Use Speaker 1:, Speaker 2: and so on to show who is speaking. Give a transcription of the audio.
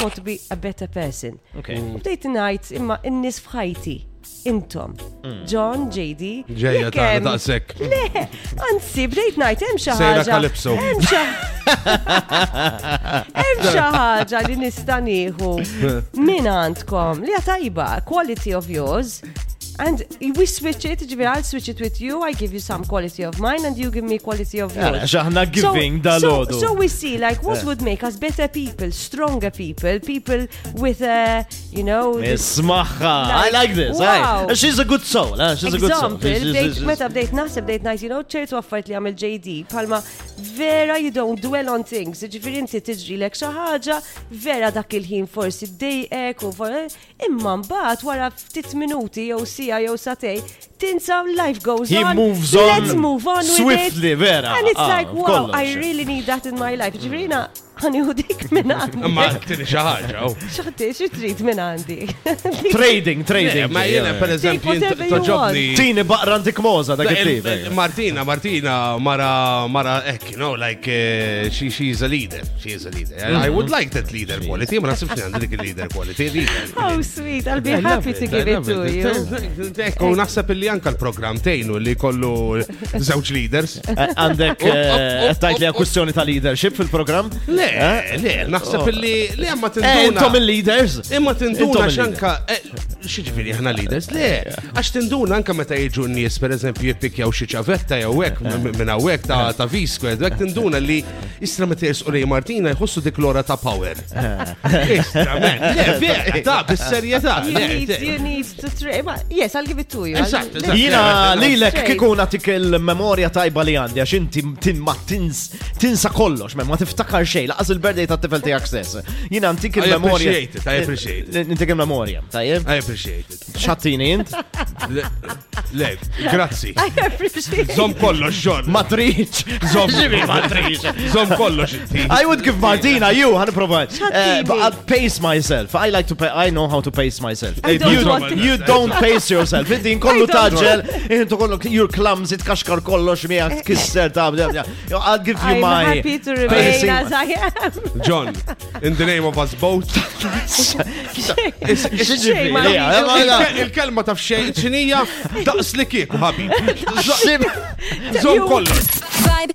Speaker 1: how to be a better person.
Speaker 2: Okay.
Speaker 1: U Bdejt ngħid imma n-nies fħajti. Intom. John, JD.
Speaker 3: Ġejja
Speaker 1: jekk
Speaker 3: ta'
Speaker 1: hemm-
Speaker 3: ta' sekk.
Speaker 1: Le, anzi, bdejt ngħid hemm xi
Speaker 3: Sejra
Speaker 1: ħaġa.
Speaker 3: Calypso.
Speaker 1: Hemm xi Hemm xi ħaġa li nista' nieħu minn għandkom li hija tajba, quality of yours. And we switch it, ġifieri I'll switch it with you, I give you some quality of mine and you give me quality of yours.
Speaker 2: Għax aħna giving Eh.
Speaker 1: so,
Speaker 2: dal-għodu.
Speaker 1: so we see like what would make us better people, stronger people, people with a, you know, this
Speaker 2: Ismaħħa. Eh, I
Speaker 1: Like,
Speaker 2: like this.
Speaker 1: wow.
Speaker 2: I, she's a good soul. eh, She's a good soul.
Speaker 1: example,
Speaker 2: She's- she's-
Speaker 1: bdejt,
Speaker 2: she's-
Speaker 1: meta bdejt naħseb bdejt najt, you know, ċertu affarijiet li għamil JD, palma vera you don't dwell on things, ġifiri inti tiġri lek xi ħaġa, vera dak il-ħin forsi dejqek u for- eh, imma mbagħad wara ftit minuti jew sija jew satej, tinsa life goes
Speaker 2: He
Speaker 1: on.
Speaker 2: moves
Speaker 1: Let's
Speaker 2: on
Speaker 1: move on with
Speaker 2: swiftly,
Speaker 1: it.
Speaker 2: vera.
Speaker 1: And it's
Speaker 2: Ah,
Speaker 1: like, wow,
Speaker 2: kollox.
Speaker 1: I really need that in my life. Ġifiri na, ħani u dik minn
Speaker 3: Ma
Speaker 1: għandi.
Speaker 3: tini xaħġa.
Speaker 1: Xaħti, xi trid minn għandi.
Speaker 2: Trading, trading.
Speaker 3: Ma jena per eżempju
Speaker 1: whatever you
Speaker 3: toġobni.
Speaker 2: Tini baqra antik moza dak it-tip. eh.
Speaker 3: Martina, Martina, Mara, Mara, ek, you know, like, uh, she, she's a leader. She is a leader. And I would like that leader quality. Ma nasibx li għandi dik il-leader quality. Leader.
Speaker 1: Oh, sweet, I'll be happy to give it to you.
Speaker 3: Ekku, naħseb li anka l-program tejnu li kollu żewġ leaders.
Speaker 2: Eh, Għandek eh, għattajt li kwistjoni ta' leadership fil-program?
Speaker 3: Le,
Speaker 2: Eh?
Speaker 3: le, naħseb li li għamma
Speaker 2: Eh, intom
Speaker 3: tinduna.
Speaker 2: il-leaders?
Speaker 3: Imma tinduna
Speaker 2: Intom il-leader.
Speaker 3: xanka, xieġifiri ħna leaders, le, għax tinduna anka meta jiġu n-nies, per eżempju, jippikjaw xi ċavetta jew hekk
Speaker 1: Eh.
Speaker 3: minn hawnhekk ta' ta' V-squared, hekk tinduna li istra meta jersqu lej Martina jħossu dik l-ora ta' power. Istra, men, le, ve- ta' bis-serjetà.
Speaker 1: Eh. You
Speaker 3: le,
Speaker 1: need,
Speaker 3: te-
Speaker 1: you need to try. Ma, yes, I'll give it to you. I'll-
Speaker 3: Eżatt, eżatt.
Speaker 2: Jina
Speaker 3: Yeah,
Speaker 2: lilek
Speaker 1: straight.
Speaker 2: kikun għatik il-memoria tajba li għandi, għax inti tin ma tins, tinsa kollox, mem, ma tiftakar xej, laqas il-birthday ta' tifel tijak stess. Jina antik
Speaker 3: I
Speaker 2: il-memoria.
Speaker 3: appreciate it, I appreciate it.
Speaker 2: Intik il-memoria, tajjeb?
Speaker 3: I appreciate it.
Speaker 2: ċattini int?
Speaker 3: Le- Le, grazzi.
Speaker 1: I appreciate it.
Speaker 3: Zom kollox, John.
Speaker 2: Matriċ!
Speaker 3: Zom.
Speaker 2: Ġibi, matriċ!
Speaker 3: Zom kollox inti.
Speaker 2: I would give Martina, you, għan provide.
Speaker 1: Ċattini.
Speaker 2: But I'll pace myself. I like to pay, I know how to pace myself.
Speaker 1: I don't
Speaker 2: You-
Speaker 1: want to-
Speaker 2: You don't pace yourself. Inti
Speaker 1: I
Speaker 2: nkollu
Speaker 1: don't
Speaker 2: taġġel, inti kollu, you're clumsy, tkaxkar kollox miegħek tkisser ta' bla bla. Yo, I'll give you
Speaker 1: Eh, I'm
Speaker 2: my.
Speaker 1: happy to remain
Speaker 2: pacing-
Speaker 1: as I am.
Speaker 3: John, in the name of us both.
Speaker 1: Xej, ma
Speaker 2: Yeah, oh
Speaker 1: rridu.
Speaker 2: ma- la-
Speaker 3: Il- Il-kelma taf xejn xinija daqs li kieku ħabib.
Speaker 2: Xib-
Speaker 3: Zom kollox.
Speaker 4: Vibe